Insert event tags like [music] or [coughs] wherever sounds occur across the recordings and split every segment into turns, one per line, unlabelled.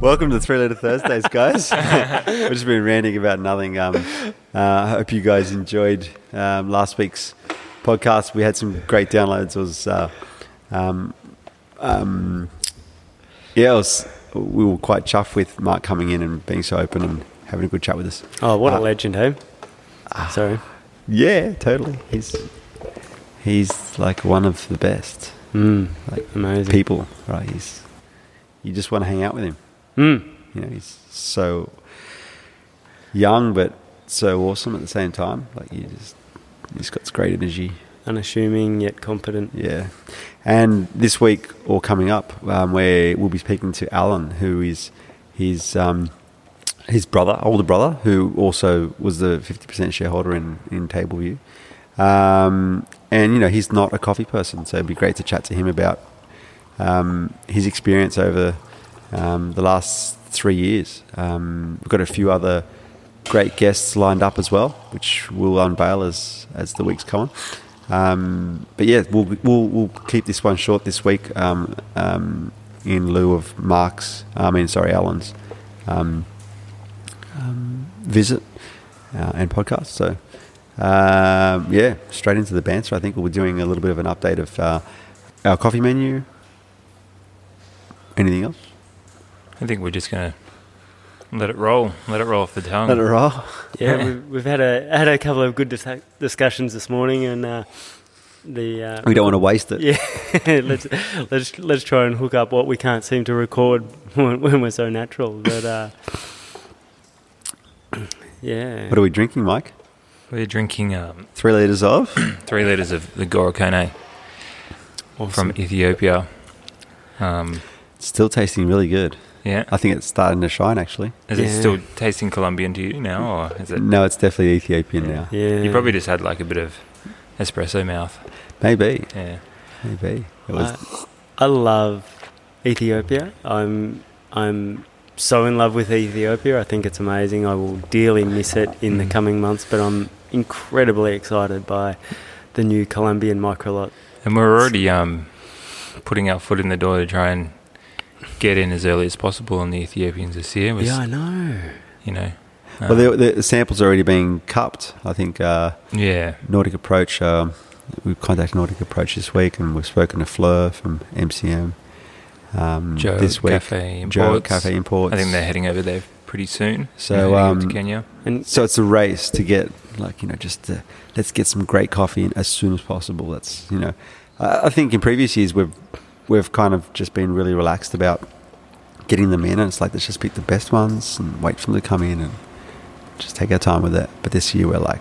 Welcome to the Three Letter Thursdays, guys. [laughs] We've just been ranting about nothing. Um, uh, I hope you guys enjoyed um, last week's podcast. We had some great downloads. It was, uh, um, um, yeah, it was, we were quite chuffed with Mark coming in and being so open and having a good chat with us.
Oh, what
Uh,
a legend, hey?
ah,
Sorry.
Yeah, totally. He's he's like one of the best
Mm,
like
amazing.
people, right? He's Hmm. you just want to hang out with him.
Mm.
You know, he's so young but so awesome at the same time. Like you just he's got this great energy.
Unassuming yet competent.
Yeah. And this week or coming up, um, where we'll be speaking to Alan, who is his um, his brother, older brother, who also was the fifty percent shareholder in in Tableview. Um, and you know he's not a coffee person, so it'd be great to chat to him about um, his experience over um, the last three years. Um, we've got a few other great guests lined up as well, which we'll unveil as as the weeks come on. Um, but yeah, we'll, we'll we'll keep this one short this week um, um, in lieu of Mark's. I mean, sorry, Alan's um, um, visit uh, and podcast. So, um, yeah, straight into the banter. I think we'll be doing a little bit of an update of uh, our coffee menu. Anything else?
I think we're just going to let it roll, let it roll off the tongue.
Let it roll.
Yeah,
Yeah.
we've, we've had a had a couple of good dis- discussions this morning, and uh, the uh,
We don't want to waste it.
Yeah, [laughs] let's let's let's try and hook up what we can't seem to record [laughs] when, when we're so natural. But uh, [clears throat] yeah,
What are we drinking, Mike?
We're drinking um,
Three liters of.
three litres of the Gorokone
Awesome.
from Ethiopia. Um,
Still tasting really good.
yeah.
I think it's starting to shine actually.
Is it
Yeah.
still tasting Colombian to you now, or is it?
No, it's definitely Ethiopian now.
yeah,
You probably just had like a bit of espresso mouth.
Maybe,
Yeah.
maybe it was.
Uh,
I, I love Ethiopia. I'm I'm so in love with Ethiopia. I think it's amazing. I will dearly miss it in the
Mm.
coming months, but I'm incredibly excited by the new Colombian microlot.
And we're already um, putting our foot in the door to try and get in as early as possible on the Ethiopians this year. Was,
Yeah, I know.
You know. um,
well, the, the samples are already being cupped. I think uh,
yeah.
Nordic Approach. Um, we've contacted Nordic Approach this week, and we've spoken to Fleur from MCM um,
Joe
this week.
Cafe Imports.
Joe Cafe Imports.
I think they're heading over there pretty soon.
So,
They're heading up
um,
to Kenya.
And
So it's a race to get like you know just to, let's get some great coffee in as soon as possible. That's you know, I, I think in previous years we've we've kind of just been really relaxed about getting them in, and it's like let's just pick the best ones and wait for them to come in and just take our time with it. But this year we're like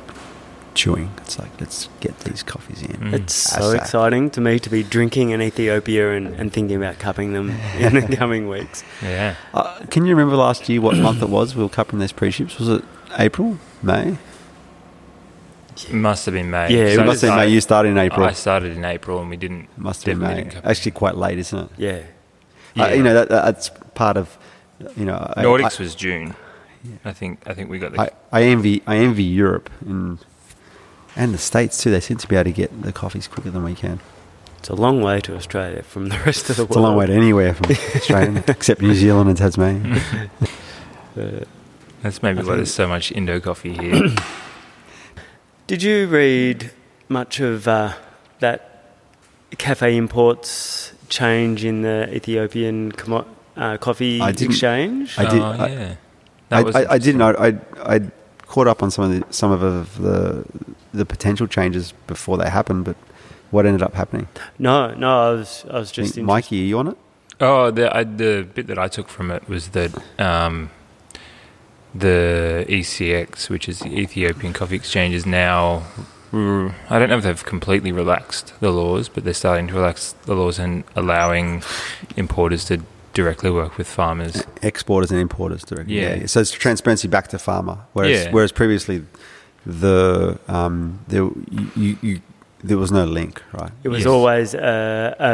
chewing. It's like let's get these coffees in.
Mm.
it's so
Asap.
exciting to me to be drinking in Ethiopia and, and thinking about
[laughs]
cupping them in the coming weeks.
Yeah.
Uh, can you remember last year what month it was? We were cupping these pre-ships. Was it April, May?
It must have been May.
Yeah,
It
So
must have been
I-
May. You started in April.
I started in April and we didn't.
must have been
definitely
May.
didn't cup it.
Actually, quite late, isn't it?
Yeah.
Uh, you know that, that- that's part of you know I-
Nordics
I,
was June. I think I think we got the
I, I envy I envy Europe and and the states too. They seem to be able to get the coffees quicker than we can.
It's a long way to Australia from the rest of the world.
It's a long way to anywhere from Australia, except New Zealand and Tasmania. [laughs]
Uh,
That's maybe
I
why there's so much Indo coffee here.
Did you read much of uh, that cafe imports change in the Ethiopian commo- uh, coffee
I didn't.
exchange?
[clears throat] I did-
Oh,
I-
yeah. That
I,
was
I, I didn't. know- I I caught up on some of the some of the the potential changes before they happened, but what ended up happening?
no, no, I was, I was just in.
Mikey, are you on it?
Oh, the I, the bit that I took from it was that um, the ECX, which is the Ethiopian Coffee Exchange, is now. I don't know if they've completely relaxed the laws, but they're starting to relax the laws and allowing importers to directly work with farmers.
exporters and importers directly.
Yeah.
So it's transparency back to farmer. Whereas
Yeah.
whereas previously, the um there you, you, you there was no link, right?
It was
Yes.
always a, a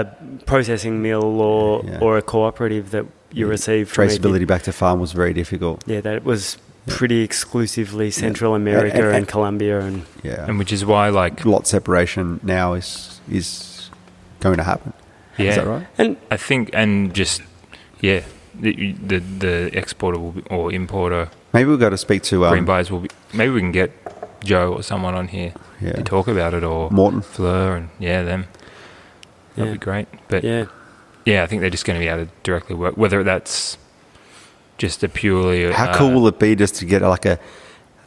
processing mill or,
Yeah.
or a cooperative that you
Yeah.
received from Ethi-
Traceability back to farm was very difficult.
Yeah, that was pretty exclusively Central
And-
America and,
and- and-
Colombia and
Yeah.
And which is why, like,
lot separation now is is going to happen.
yeah,
Is that right?
and
I think, and just yeah, the the, the exporter will be, or importer
Maybe we've got to speak to
green
um,
buyers will be. Maybe we can get Joe or someone on here
yeah,
to talk about it or
Morton.
Fleur and yeah them. That'd
Yeah.
be great. But yeah.
Yeah.
I think they're just going to be able to directly work. Whether that's just a purely
How
uh,
cool will it be just to get like a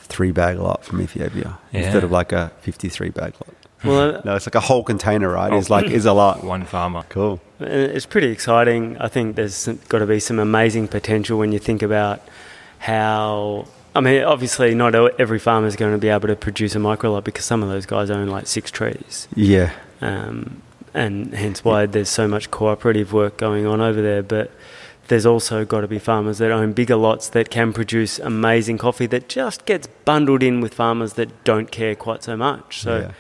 three bag lot from Ethiopia instead
Yeah.
of like a 53 bag lot?
Well,
No, it's like a whole container, right? It's like, is a lot.
one farmer.
Cool.
uh, it's pretty exciting. I think there's got to be some amazing potential when you think about how. I mean, obviously, not e- every farmer is going to be able to produce a micro lot because some of those guys own like six trees,
Yeah.
um, and hence why there's so much cooperative work going on over there. But there's also got to be farmers that own bigger lots that can produce amazing coffee that just gets bundled in with farmers that don't care quite so much. So.
yeah.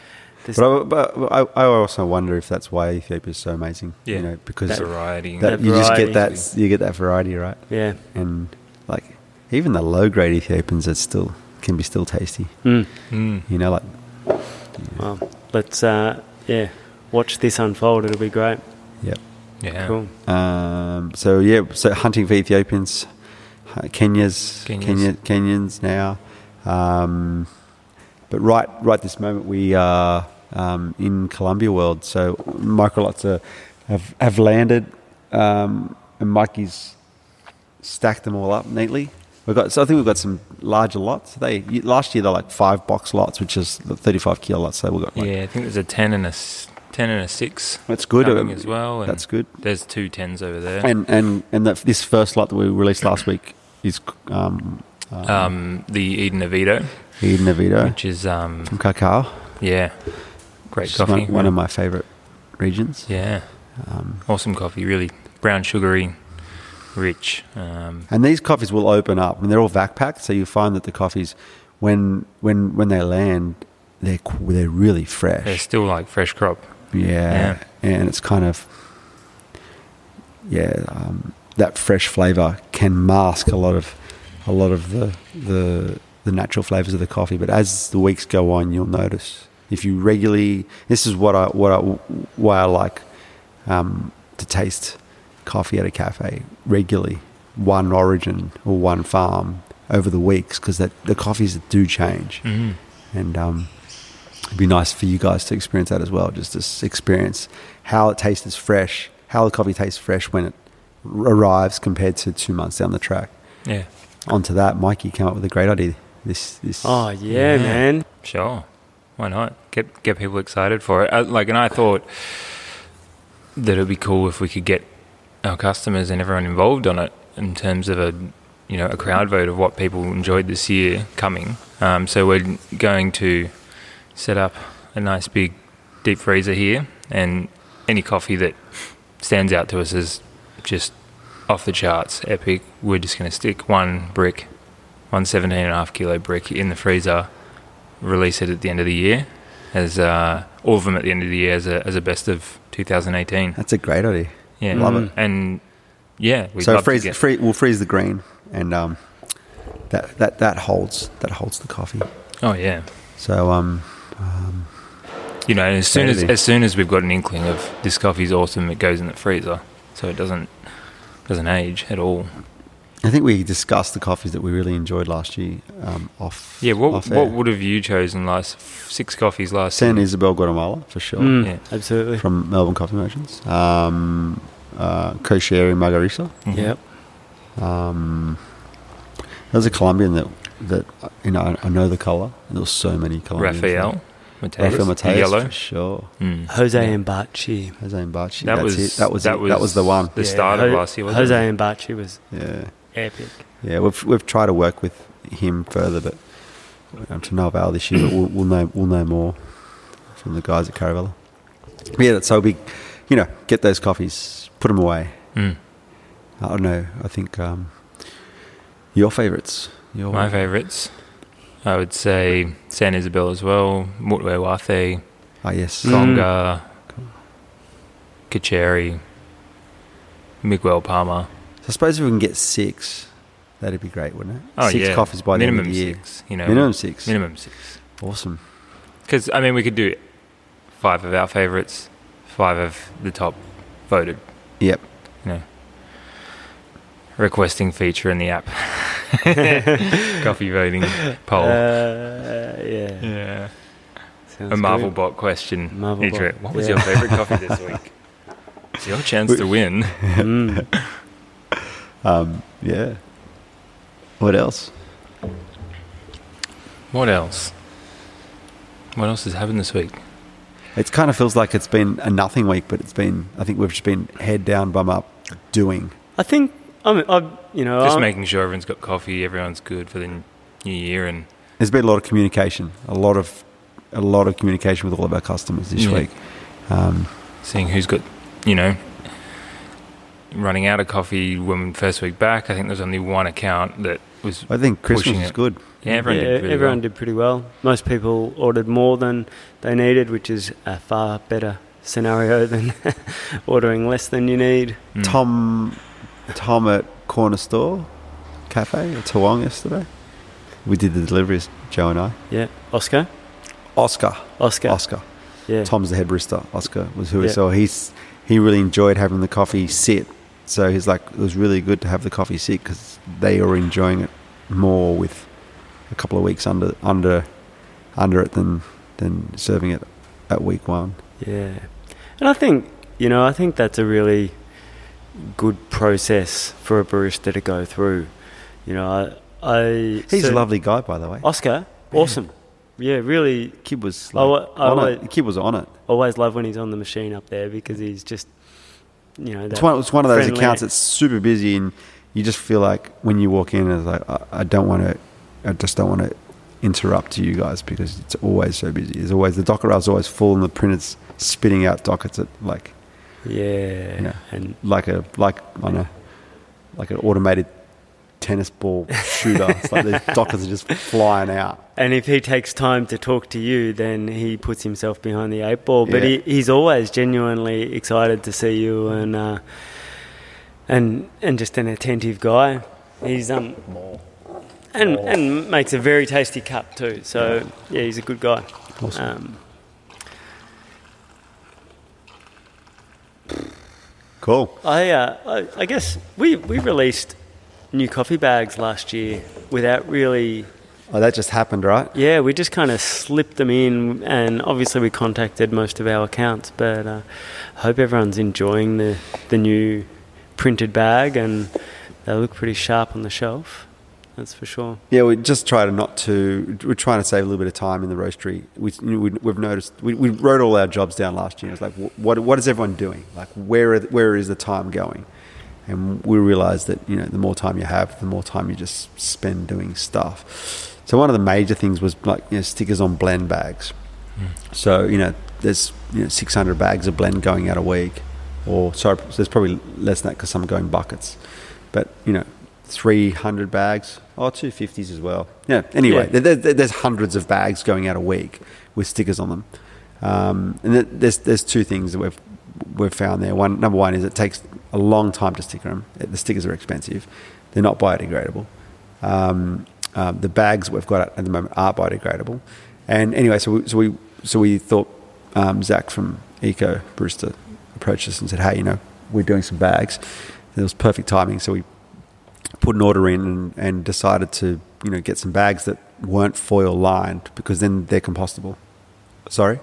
This,
But, I, but I, I also wonder if that's why Ethiopia is so amazing.
Yeah.
You know, because that,
variety.
that
you just
variety.
get that you get that variety, right?
yeah.
And like even the low grade Ethiopians are still can be still tasty.
Mm.
Mm.
You know, like
Well, let's uh, yeah, watch this unfold. It'll be great.
yeah.
Yeah.
Cool.
Um, so yeah, so hunting for Ethiopians, uh, Kenyas,
Kenyas.
Kenya, Kenyans now. Um, but right, right this moment we are um, in Columbia World. So microlots are, have have landed, um, and Mikey's stacked them all up neatly. We've got, so I think we've got some larger lots. They last year they're like five box lots, which is the thirty-five kilo lots. So we've got like,
Yeah, I think there's a ten and a s- ten and a six.
that's good.
coming
Um,
as well. And
That's good.
There's two tens over there.
And and and that this first lot that we released last week is um, um,
um, the Eden Avito,
Eden Avito
which is um,
from Kakao.
yeah, great
which is
coffee.
One, one of my favorite regions.
yeah,
Um,
awesome coffee. Really brown sugary, rich. Um,
and these coffees will open up, and they're all vac packed. So you find that the coffees, when when when they land, they're qu- they're really
they're
fresh.
still like fresh crop.
Yeah. and it's kind of yeah um, that fresh flavor can mask a lot of a lot of the the the natural flavors of the coffee. But as the weeks go on, you'll notice if you regularly. This is what I what I why I like um, to taste coffee at a cafe regularly, one origin or one farm over the weeks because that the coffees do change
Mm.
and um, it'd be nice for you guys to experience that as well. Just to s- experience how it tastes as fresh, how the coffee tastes fresh when it r- arrives compared to two months down the track.
Yeah,
Onto that, Mikey came up with a great idea. This this
Oh yeah,
Yeah.
man.
sure. Why not get get people excited for it? Uh, like, and I thought that it'd be cool if we could get our customers and everyone involved on it in terms of a you know a crowd vote of what people enjoyed this year coming. Um, so we're going to set up a nice big deep freezer here, and any coffee that stands out to us as just off the charts, epic. We're just going to stick one brick, one 17 and a half kilo brick in the freezer, release it at the end of the year, as uh, all of them at the end of the year as a, as a best of 2018.
that's a great idea.
Yeah, Mm.
Love
it.
And yeah, we'd
so
love to
freeze,
get-
free, we'll freeze the green, and um, that that that holds that holds the coffee.
oh yeah,
So um, um,
you know, as soon as
Maybe.
as soon as we've got an inkling of this coffee's awesome, it goes in the freezer, so it doesn't doesn't age at all.
I think we discussed the coffees that we really enjoyed last year um, off.
Yeah, what
off
what
air.
would have you chosen last six coffees last?
San
year?
Isabel, Guatemala, for sure.
Mm,
Yeah.
Absolutely.
from Melbourne Coffee Merchants, um, uh, Kosheri Margarita.
Mhm.
Yep.
Um, there was a Colombian that that you know I, I know the color. There was so many Colombians.
[laughs] Raphael, Mateus,
Rafael Mateus,
yellow.
for sure.
Mm.
Jose
Yeah.
Mbachi.
Jose Mbachi.
That
That's
was,
it. that was that was that was the one.
The start of
Ho-
last year. wasn't
Jose
it?
Mbachi was
Yeah,
epic.
yeah. We've we've tried to work with him further, but um, to no avail this year. But we'll, we'll know we'll know more from the guys at Caravella. But yeah, that's so we, you know, get those coffees, put them away.
Mm.
I don't know. Uh, I think um, your favourites. Your
My favourites, I would say San Isabel as well, Mutwe
Ah, yes.
Mm.
Conga, Kacheri, Miguel Palmer.
So I suppose if we can get six, that'd be great, wouldn't it?
Oh,
Six
yeah.
coffees by the end of
minimum
the year.
six, you know,
Minimum six.
minimum six.
Awesome.
Because I mean, we could do five of our favourites, five of the top voted.
Yep.
You know, requesting feature in
[laughs]
the app. Coffee voting poll.
Uh, yeah.
yeah.
Sounds
A Marvel
good.
bot question.
Marvel
Idris,
bot,
what was
yeah.
your favourite
[laughs]
coffee this week? It's your chance to win.
Mm.
Um, yeah. What else?
What else? What else has happened this week?
It kind of feels like it's been a nothing week, but it's been. I think we've just been head down, bum up, doing.
I think I'm. I'm you know,
Um,
Just
I'm-
making sure everyone's got coffee, everyone's good for the n- new year, and
There's been a lot of communication, a lot of, a lot of communication with all of our customers this
Yeah.
week. Um,
seeing who's got, you know, running out of coffee when first week back. I think there's only one account that was.
I think Christmas
Pushing
was
it.
good.
Yeah, everyone
yeah,
did. Really
everyone
well.
did pretty well. Most people ordered more than they needed, which is a far better scenario [laughs] than ordering less than you need.
Mm.
Tom, Tom at Corner Store Cafe at Toowong yesterday. We did the deliveries, Joe and I.
Yeah, Oscar,
Oscar,
Oscar,
Oscar.
yeah,
Tom's the head barista. Oscar was who he
Yeah.
saw. He's he really enjoyed having the coffee sit. So he's like, it was really good to have the coffee sit because they are enjoying it more with a couple of weeks under under under it than than serving it at week one.
yeah. And I think you know, I think that's a really good process for a barista to go through. You know, I, I
He's
so-
a lovely guy, by the way.
Oscar,
Yeah.
awesome, yeah, really.
Kid was
I
like,
wa- I
on
wa-
it. The kid was on it.
Always love when he's on the machine up there because he's just, you know,
It's
that
one, it's one of those
friendly-
accounts that's super busy, and you just feel like when you walk in, it's like I, I don't want to, I just don't want to interrupt you guys because it's always so busy. There's always the docker rail's always full, and the printer's spitting out dockets at like
yeah,
Yeah.
and
like a like on a like an automated tennis ball shooter. it's like the [laughs] dockets are just flying out.
And if he takes time to talk to you, then he puts himself behind the eight ball. But
Yeah.
he, he's always genuinely excited to see you and uh, and and just an attentive guy. He's um and and makes a very tasty cup too. So yeah, he's a good guy.
Awesome.
Um,
Cool.
I, uh, I I guess we we released new coffee bags last year without really
Oh, that just happened, right?
Yeah, we just kind of slipped them in, and obviously we contacted most of our accounts. But uh, hope everyone's enjoying the the new printed bag, and they look pretty sharp on the shelf. That's for sure.
Yeah, we just try to not to. We're trying to save a little bit of time in the roastery. We, you know, we, we've noticed we, we wrote all our jobs down last year. It's like, wh- what what is everyone doing? Like, where are, th- where is the time going? And we realized that you know the more time you have, the more time you just spend doing stuff. So one of the major things was like you know stickers on blend bags. So you know there's you know 600 bags of blend going out a week, or sorry, there's probably less than that because some go in buckets. But you know 300 bags or 250s as well. Yeah. Anyway,
Yeah.
There, there, there's hundreds of bags going out a week with stickers on them. Um, and th- there's there's two things that we've we've found there. One number one is it takes a long time to sticker them. The stickers are expensive. They're not biodegradable. Um, um, the bags we've got at the moment are biodegradable. And anyway, so we so we so we thought um, Zach from Eco Brewster approached us and said, "Hey, you know, we're doing some bags." And it was perfect timing, so we put an order in and, and decided to you know get some bags that weren't foil lined because then they're compostable. Sorry,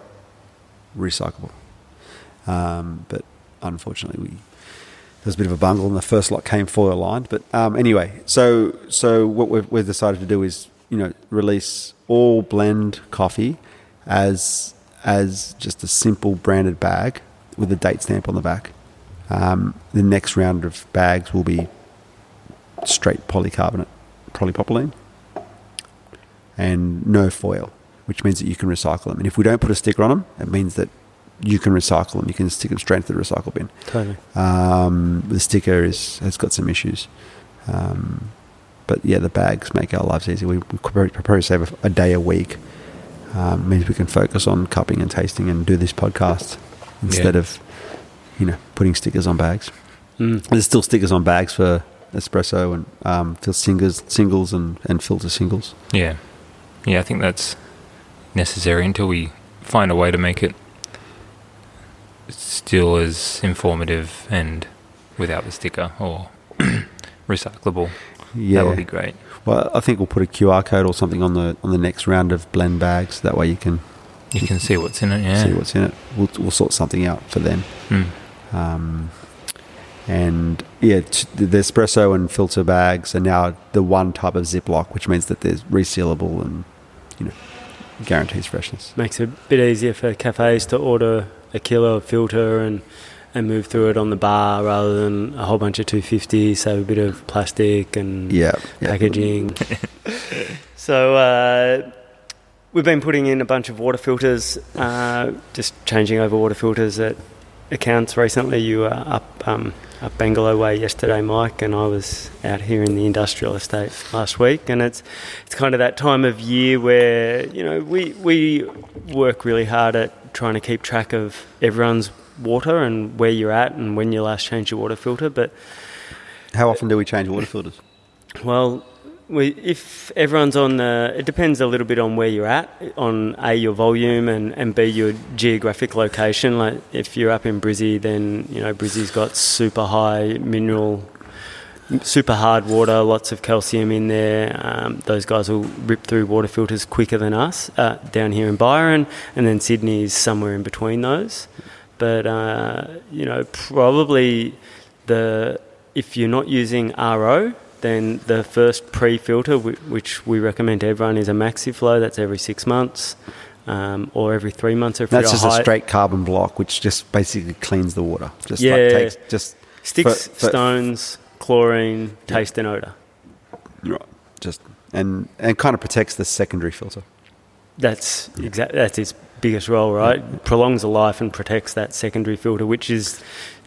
recyclable. Um, but unfortunately, we there was a bit of a bungle, and the first lot came foil lined. But um, anyway, so so what we've, we've decided to do is you know release all blend coffee as as just a simple branded bag with a date stamp on the back. Um, the next round of bags will be straight polycarbonate, polypropylene, and no foil, which means that you can recycle them. And if we don't put a sticker on them, it means that you can recycle them. You can stick them straight into the recycle bin.
Totally.
Um, the sticker is has got some issues, um, but yeah, the bags make our lives easy. We, we could probably, probably save a, a day a week. Um, means we can focus on cupping and tasting and do this podcast instead of you know putting stickers on bags.
Mm.
There's still stickers on bags for espresso and um, fil- singles, singles and, and filter singles.
Yeah. Yeah, I think that's necessary until we find a way to make it still as informative and without the sticker or [clears throat] recyclable.
Yeah.
That would be great.
Well, I think we'll put a QR code or something on the on the next round of blend bags. That way you can
You can see what's in it. Yeah.
see what's in it. We'll, we'll sort something out for them.
Mm.
Um, and yeah, t- the the espresso and filter bags are now the one type of Ziploc, which means that they're resealable and you know guarantees freshness.
Makes it a bit easier for cafes to order a kilo of filter and and move through it on the bar rather than a whole bunch of 250. Save a bit of plastic and
Yeah, yeah.
packaging. [laughs] so uh, we've been putting in a bunch of water filters, uh, just changing over water filters at accounts recently. You were up um, up Bangalore way yesterday, Mike, and I was out here in the industrial estate last week. And it's it's kind of that time of year where you know we we work really hard at trying to keep track of everyone's water and where you're at and when you last changed your water filter, but
How often do we change water
[laughs]
filters?
well, we, if everyone's on the, it depends a little bit on where you're at, on A, your volume, and, and B, your geographic location. Like if you're up in Brizzy, then, you know, Brizzy's got super high mineral, super hard water, lots of calcium in there. Um, those guys will rip through water filters quicker than us uh, down here in Byron, and then Sydney is somewhere in between those. But, uh, you know, probably the if you're not using RO, then the first pre-filter, whi- which we recommend to everyone, is a MaxiFlow. That's every six months, um, or every three months. Or if
That's
you're
just a
high-
straight carbon block, which just basically cleans the water. Just
Yeah.
like takes just
sticks,
for- for-
stones, chlorine,
Yeah.
taste, and odor.
right, just and and kind of protects the secondary filter.
That's exact. That's its biggest role, right? Prolongs the life and protects that secondary filter, which is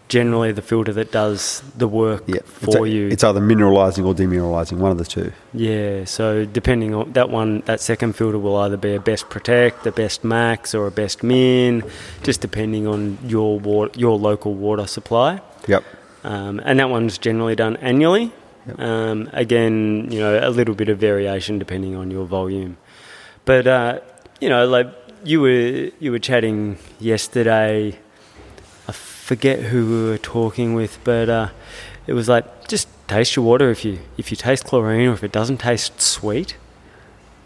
generally the filter that does the work
Yeah, it's,
for
a-
you.
It's either mineralizing or demineralizing, one of the two.
Yeah, so depending on that one, that second filter will either be a best protect, a best max, or a best min, just depending on your water, your local water supply.
Yep.
Um, and that one's generally done annually.
Yep.
Um, again, you know, a little bit of variation depending on your volume. But uh, you know, like you were you were chatting yesterday. I forget who we were talking with, but uh, it was like just taste your water. If you if you taste chlorine or if it doesn't taste sweet,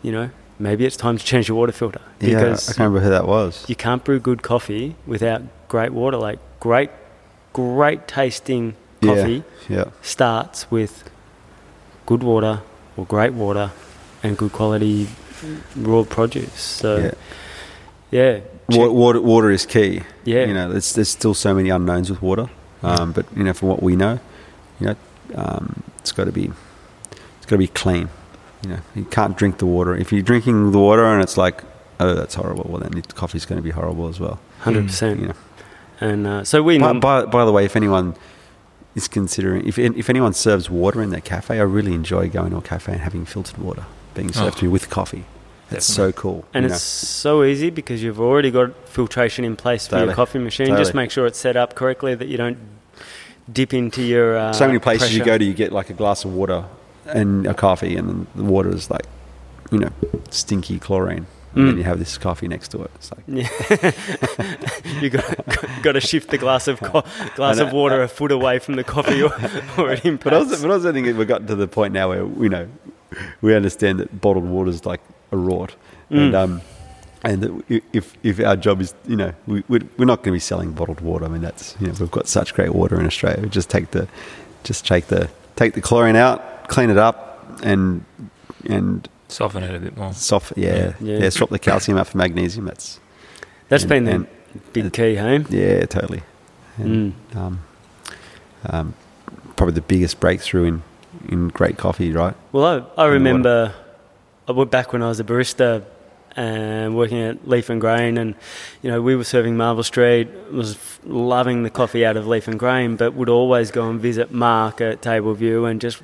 you know, maybe it's time to change your water filter
Yeah, I can't remember who that was.
you can't brew good coffee without great water. Like great, great tasting
Yeah.
coffee
Yeah.
starts with good water or great water and good quality raw produce. So
yeah.
yeah, yeah,
Wa- Water, water is key.
yeah.
You know, there's, there's still so many unknowns with water. Um, but you know, from what we know, you know, um, it's got to be, it's got to be clean. You know, you can't drink the water. If you're drinking the water and it's like, oh, that's horrible. Well, then the coffee's going to be horrible as well.
hundred
You
percent.
know.
And uh, so we
By,
norm-
by, by the way, if anyone is considering, if if anyone serves water in their cafe, I really enjoy going to a cafe and having filtered water being served
Oh.
to me with coffee. That's so cool.
and
you
it's so easy because you've already got filtration in place for
Totally.
your coffee machine. Just
Totally.
make sure it's set up correctly that you don't dip into your. Uh,
know. so many places you
pressure.
go to, you get like a glass of water and a coffee, and then the water is like, you know, stinky chlorine. And then
Mm.
you have this coffee next to it. It's
[laughs]
like,
Yeah, you got got to shift the glass of co- glass
And,
of
uh,
water a foot away from the coffee, or, or it impacts.
but I also, but I also think we've gotten to the point now where you know we understand that bottled water is like a rot, and
Mm.
um, and that i- if if our job is you know we we're we're not going to be selling bottled water. I mean that's you know we've got such great water in Australia. We just take the just take the take the chlorine out, clean it up, and and
Soften it a bit more.
soft yeah
Yeah.
yeah, swap the calcium out for magnesium. That's
That's
and-
been the
and-
big key, hey?
yeah totally. And,
Mm.
um, um, probably the biggest breakthrough in in great coffee, right?
Well, I, I
the
remember I went back when I was a barista and working at Leaf and Grain, and you know we were serving Marvel Street. Was f- loving the coffee out of Leaf and Grain, but would always go and visit Mark at Table View and just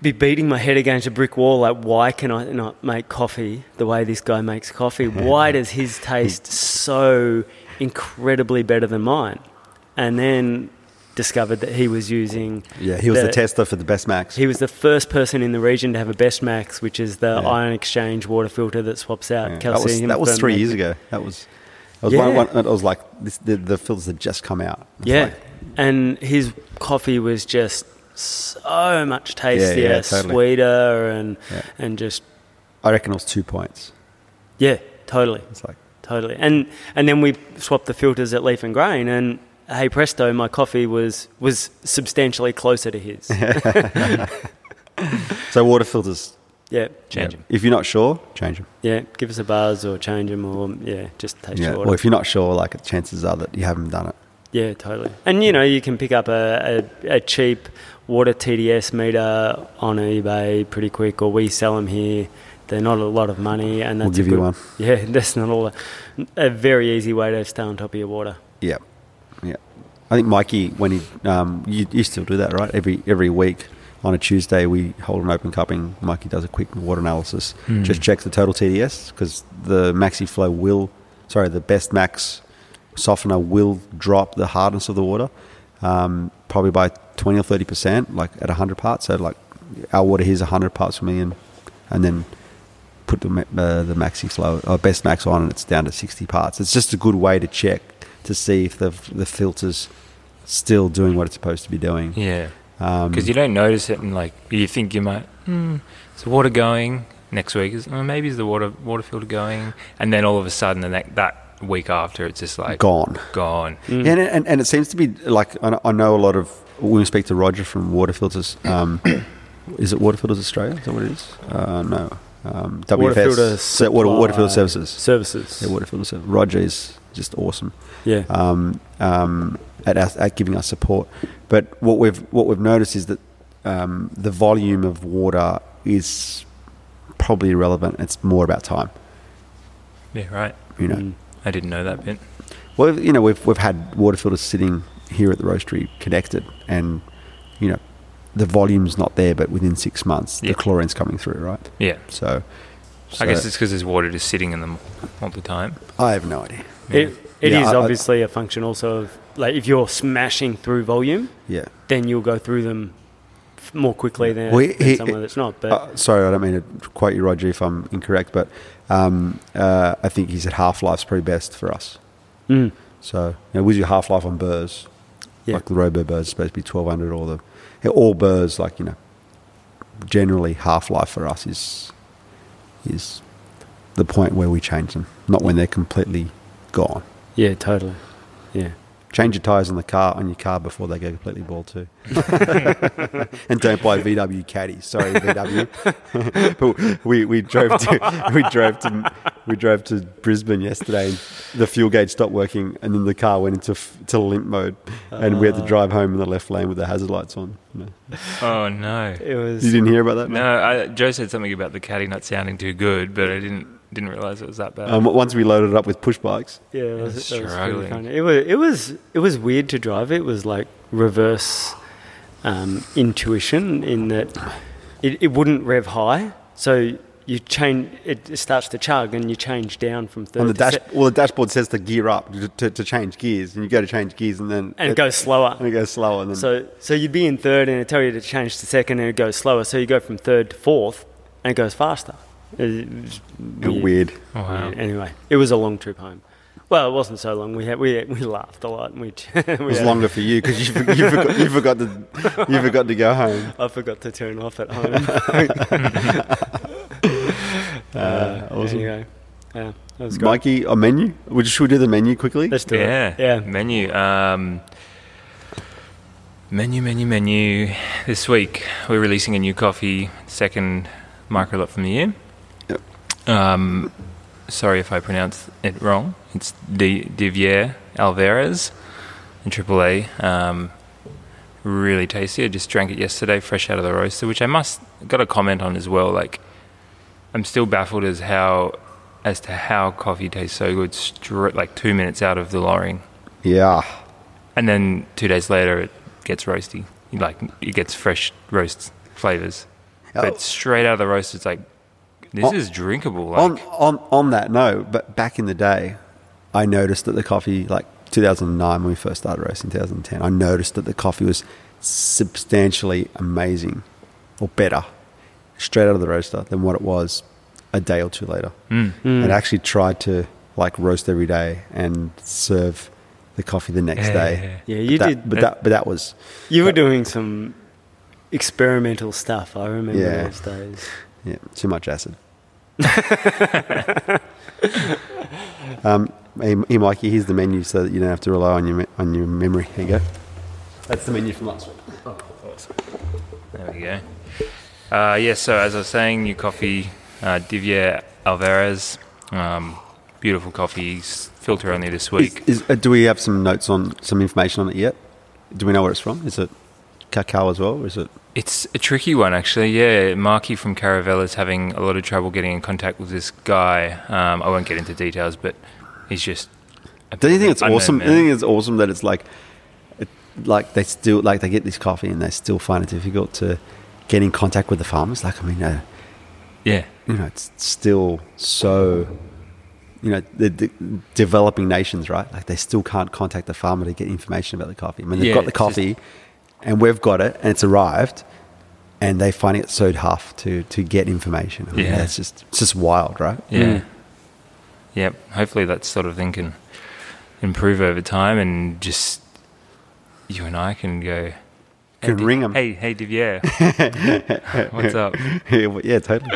be beating my head against a brick wall. Like, why can I not make coffee the way this guy makes coffee? Why does his taste so incredibly better than mine? And then discovered that he was using
Yeah, he was the,
The-
tester for the best max.
he was the first person in the region to have a Best Max, which is the
Yeah.
ion exchange water filter that swaps out
Yeah, that was
calcium.
that was
for
three
mag-
years ago. That was. I was, one,
Yeah.
one, I was like, this, the, the filters had just come out. It's
Yeah,
like,
and his coffee was just so much tastier,
yeah, totally.
sweeter, and
Yeah.
and just
I reckon it was two pints.
yeah, totally,
It's like
totally. And and then we swapped the filters at Leaf and Grain, and hey presto, my coffee was was substantially closer
[laughs]
to his.
so water filters.
yeah,
Change
Yeah.
them.
If you're not sure, change them.
yeah. Give us a buzz or change them, or yeah, just taste
Yeah.
your
Or
order.
if you're not sure, like chances are that you haven't done it.
Yeah, totally. And you know, you can pick up a, a, a cheap water TDS meter on eBay pretty quick, or we sell them here. They're not a lot of money, and that's
we'll give
a good,
you one.
Yeah, [laughs] that's not all. A very easy way to stay on top of your water.
Yeah, yeah. I think Mikey, when he um, you, you still do that, right? Every every week on a Tuesday, we hold an open cupping. Mikey does a quick water analysis,
Hmm.
just checks the total TDS because the Maxi Flow will, sorry, the Best Max softener will drop the hardness of the water, um, probably by twenty or thirty percent, like at hundred parts. So like our water here is hundred parts per million, and then put the ma- uh, the maxi flow or best max on and it's down to 60 parts it's just a good way to check to see if the the filters still doing what it's supposed to be doing
Yeah.
um
Because you don't notice it, and like you think you might, hmm, is the water going next week? Is oh, maybe is the water water filter going? And then all of a sudden, the next that week after, it's just like
gone
gone.
Mm.
Yeah, and, and and it seems to be like I know- I know a lot of when we speak to Roger from Water Filters um [coughs] is it Water Filters Australia is that what it is uh no um WFS
Water filter
So water, water filter
supply
services
Services.
yeah, water filter service. Roger is just awesome
Yeah.
um, um, at, us, at giving us support. But what we've what we've noticed is that um, the volume of water is probably irrelevant. It's more about time.
Yeah, right.
You know,
Mm.
I didn't know that bit.
well, you know, we've we've had water filters sitting here at the roastery connected, and you know, the volume's not there, but within six months,
Yeah.
the chlorine's coming through, right?
Yeah,
So, so
I guess it's because there's water just sitting in them all the time.
I have no idea.
Yeah.
It, it is
Yeah, I- I-
obviously a function also of like if you're smashing through volume,
Yeah.
then you'll go through them f- more quickly than,
Well,
than
he-
someone that's not. But
Uh, sorry, I don't mean to quote you, Roger, if I'm incorrect, but um, uh, I think he said half life's probably best for us.
Mm.
So, you know, with your half life on burrs,
Yeah.
like the Robo burrs, it's supposed to be 1200 or the yeah, all burrs, like, you know, generally half life for us is is the point where we change them, not when they're completely gone.
yeah, totally. Yeah.
Change your tyres on the car on your car before they go completely bald too, [laughs] and don't buy VW caddies. Sorry, [laughs] VW. we we drove to [laughs] we drove to we drove to Brisbane yesterday. And the fuel gauge stopped working, and then the car went into f- to limp mode, and we had to
Uh.
drive home in the left lane with the hazard lights on. You, know.
Oh no,
It was
You didn't hear about that? mate?
no. I, Joe said something about the caddy not sounding too good, but I didn't didn't realize it was that bad.
Um, once we loaded it up with push bikes,
Yeah, it was,
was
that was pretty
struggling.
funny. It was it was it was weird to drive. It was like reverse um, intuition in that it, it wouldn't rev high, so you change it starts to chug and you change down from third
on the
to
dash,
se-
well, the dashboard says to gear up to, to, to change gears, and you go to change gears, and then
and
it,
it goes slower.
and it goes slower, and then
So so you'd be in third and it tell you to change to second and it goes slower. So you go from third to fourth and it goes faster. It, was
weird. weird.
wow.
Yeah, Anyway, it was a long trip home. Well, it wasn't so long. We had, we we laughed a lot. And we, [laughs] we
It was
had-
longer for you because you, for- you, forgot, you forgot to you forgot to go home.
I forgot to turn off at home.
[laughs]
[laughs]
Uh,
Uh,
awesome.
Anyway, yeah, that was great.
Mikey, a menu. Would you, should we do the menu quickly?
Let's do
yeah.
it. Yeah.
Menu. Um, menu, menu, menu. This week we're releasing a new coffee, second micro lot from the year.
Yep.
Um, sorry if I pronounce it wrong. It's D- Divier Alvarez in AAA. Um, really tasty. I just drank it yesterday, fresh out of the roaster, which I must got a comment on as well. Like, I'm still baffled as how as to how coffee tastes so good, stra like two minutes out of the lorrying,
Yeah,
and then two days later it gets roasty. You Like it gets fresh roast flavors,
Oh.
but straight out of the roast, it's like this
On-
is drinkable. Like,
on, on on that note, but back in the day, I noticed that the coffee, like 2009 when we first started roasting, 2010, I noticed that the coffee was substantially amazing or better straight out of the roaster than what it was a day or two later.
Mm.
And I actually tried to like roast every day and serve the coffee the next
Yeah,
day.
yeah, yeah.
Yeah, you
that,
did.
but that but that was
You were doing some experimental stuff. I remember
Yeah.
those days.
Yeah, too much acid. um, hey, M- hey, Mikey, here's the menu so that you don't have to rely on your me- on your memory. Here you go. That's the menu from last week.
Oh, There we go. Uh, yeah, so as I was saying, your coffee, uh, Divya Alvarez, um, beautiful coffee, s- filter only this week.
Is, is, uh, do we have some notes on some information on it yet? Do we know where it's from? Is it cacao as well? Or is it?
It's a tricky one, actually. Yeah, Marky from Caravella's having a lot of trouble getting in contact with this guy. Um, I won't get into details, but he's just. a
Do you think it's
unknown
awesome? Do
man.
you think it's awesome that it's like, it, like they still like they get this coffee and they still find it difficult to get in contact with the farmers? Like, I mean, uh,
yeah,
you know, it's still so, you know, the, the developing nations, right? Like they still can't contact the farmer to get information about the coffee. I mean, they've
Yeah,
got the
it's
coffee,
just-
and we've got it, and it's arrived, and they find it so tough to to get information. I mean,
Yeah.
that's just it's just wild, right?
yeah,
Mm.
yeah. Hopefully, that sort of thing can improve over time, and just you and I can go.
Can
Div-
ring 'em.
Hey,
[laughs]
hey, Divya, what's up?
[laughs] yeah, yeah, totally.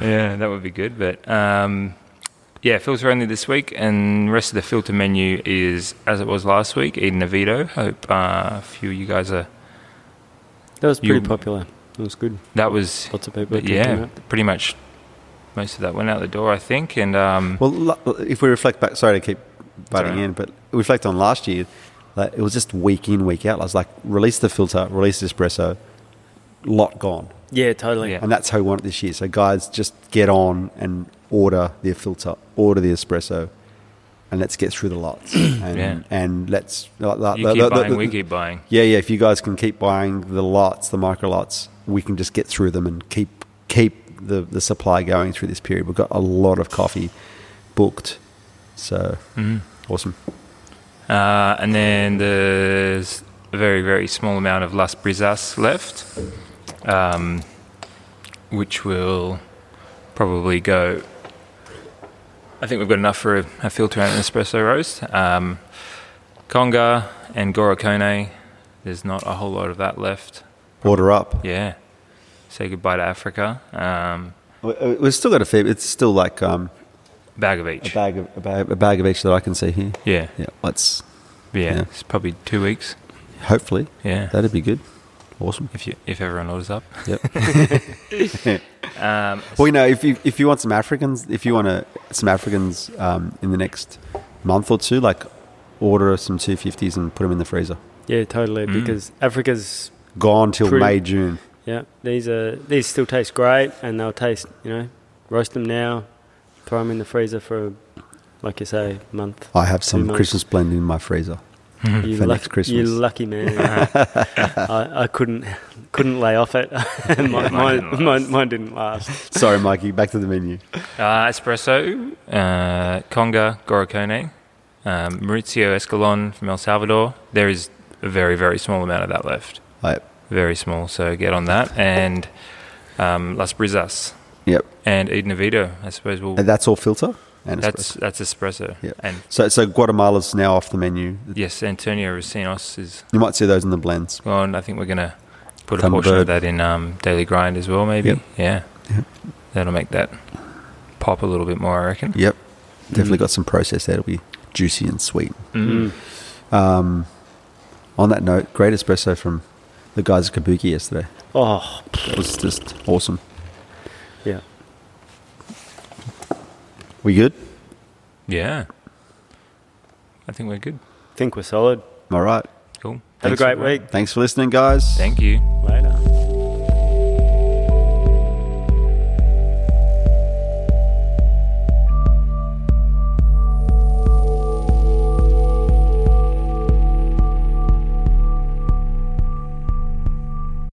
Yeah, that would be good. But um, yeah, filter only this week, and rest of the filter menu is as it was last week. Eden Avito. Hope uh, a few of you guys are.
That was
You-
pretty popular. That was good.
That was
Lots of people.
but
But
yeah, pretty much most of that went out the door, I think. And um,
Well, lo- if we reflect back, sorry to keep butting
Sorry.
in, but reflect on last year, like, it was just week in, week out. I was like, release the filter, release the espresso, lot gone.
yeah, totally.
Yeah.
And that's how we want it this year. So, guys, just get on and order the filter, order the espresso, and let's get through the
[clears throat]
lots. And,
Yeah.
and let's. like, like,
you
like,
keep
like,
buying,
like,
we keep buying.
Yeah, yeah. If you guys can keep buying the lots, the micro lots, we can just get through them and keep keep the, the supply going through this period. We've got a lot of coffee booked. So,
Mm-hmm.
awesome.
Uh, and then there's a very, very small amount of Las Brisas left, um, which will probably go. I think we've got enough for a, a filter and an espresso roast. Um, Conga and Gorokone, there's not a whole lot of that left.
Order up.
Yeah. Say goodbye to Africa. Um,
We- we- We've still got a fair. It's still like um,
bag of
a
each.
bag of a bag, a bag of each that I can see here.
Yeah.
Yeah, let's
yeah.
Yeah.
It's probably two weeks.
hopefully
Yeah.
that'd be good. Awesome.
if, you, if everyone orders up.
Yep.
[laughs]
[laughs]
Um,
Well, you know, if you if you want some Africans, if you want a, some Africans um, in the next month or two, like order some two fifties and put them in the freezer.
Yeah, totally.
Mm.
Because Africa's
Gone till
Pretty-
May June.
yeah, these are these still taste great, and they'll taste you know, roast them now, throw them in the freezer for, like you say, a month.
I have some
months.
Christmas blend in my freezer.
You
For
luck-
next Christmas.
You lucky
[laughs]
man. [laughs] I, I couldn't couldn't lay off it. [laughs] my,
mine
mine,
didn't
mine,
last.
mine didn't last.
Sorry, Mikey. Back to the menu.
Uh, espresso, uh, Conga, Gorokone, um, Mauricio Escalon from El Salvador. There is a very, very small amount of that left.
Like,
Very small, so get on that. And um, Las Brisas
yep.
and Eden Oviedo, I suppose. We'll,
And Uh, that's all filter and
that's,
espresso.
that's espresso.
Yep.
And
So, so Guatemala's now off the menu.
yes, Antonio Racinos is
You might see those in the blends.
gone. I think we're going to put a
Thunderbird.
portion of that in um, Daily Grind as well, maybe.
Yep.
Yeah.
Yep.
That'll make that pop a little bit more, I reckon.
Yep. Definitely got some process there. It'll be juicy and sweet.
Mm.
Um, on that note, great espresso from the guys at Kabuki yesterday.
Oh,
It was just awesome.
yeah.
We good?
Yeah. I think we're good.
Think we're solid.
All right.
Cool.
Have
Thanks
a
for
great week.
Thanks for listening, guys.
Thank you.
Later.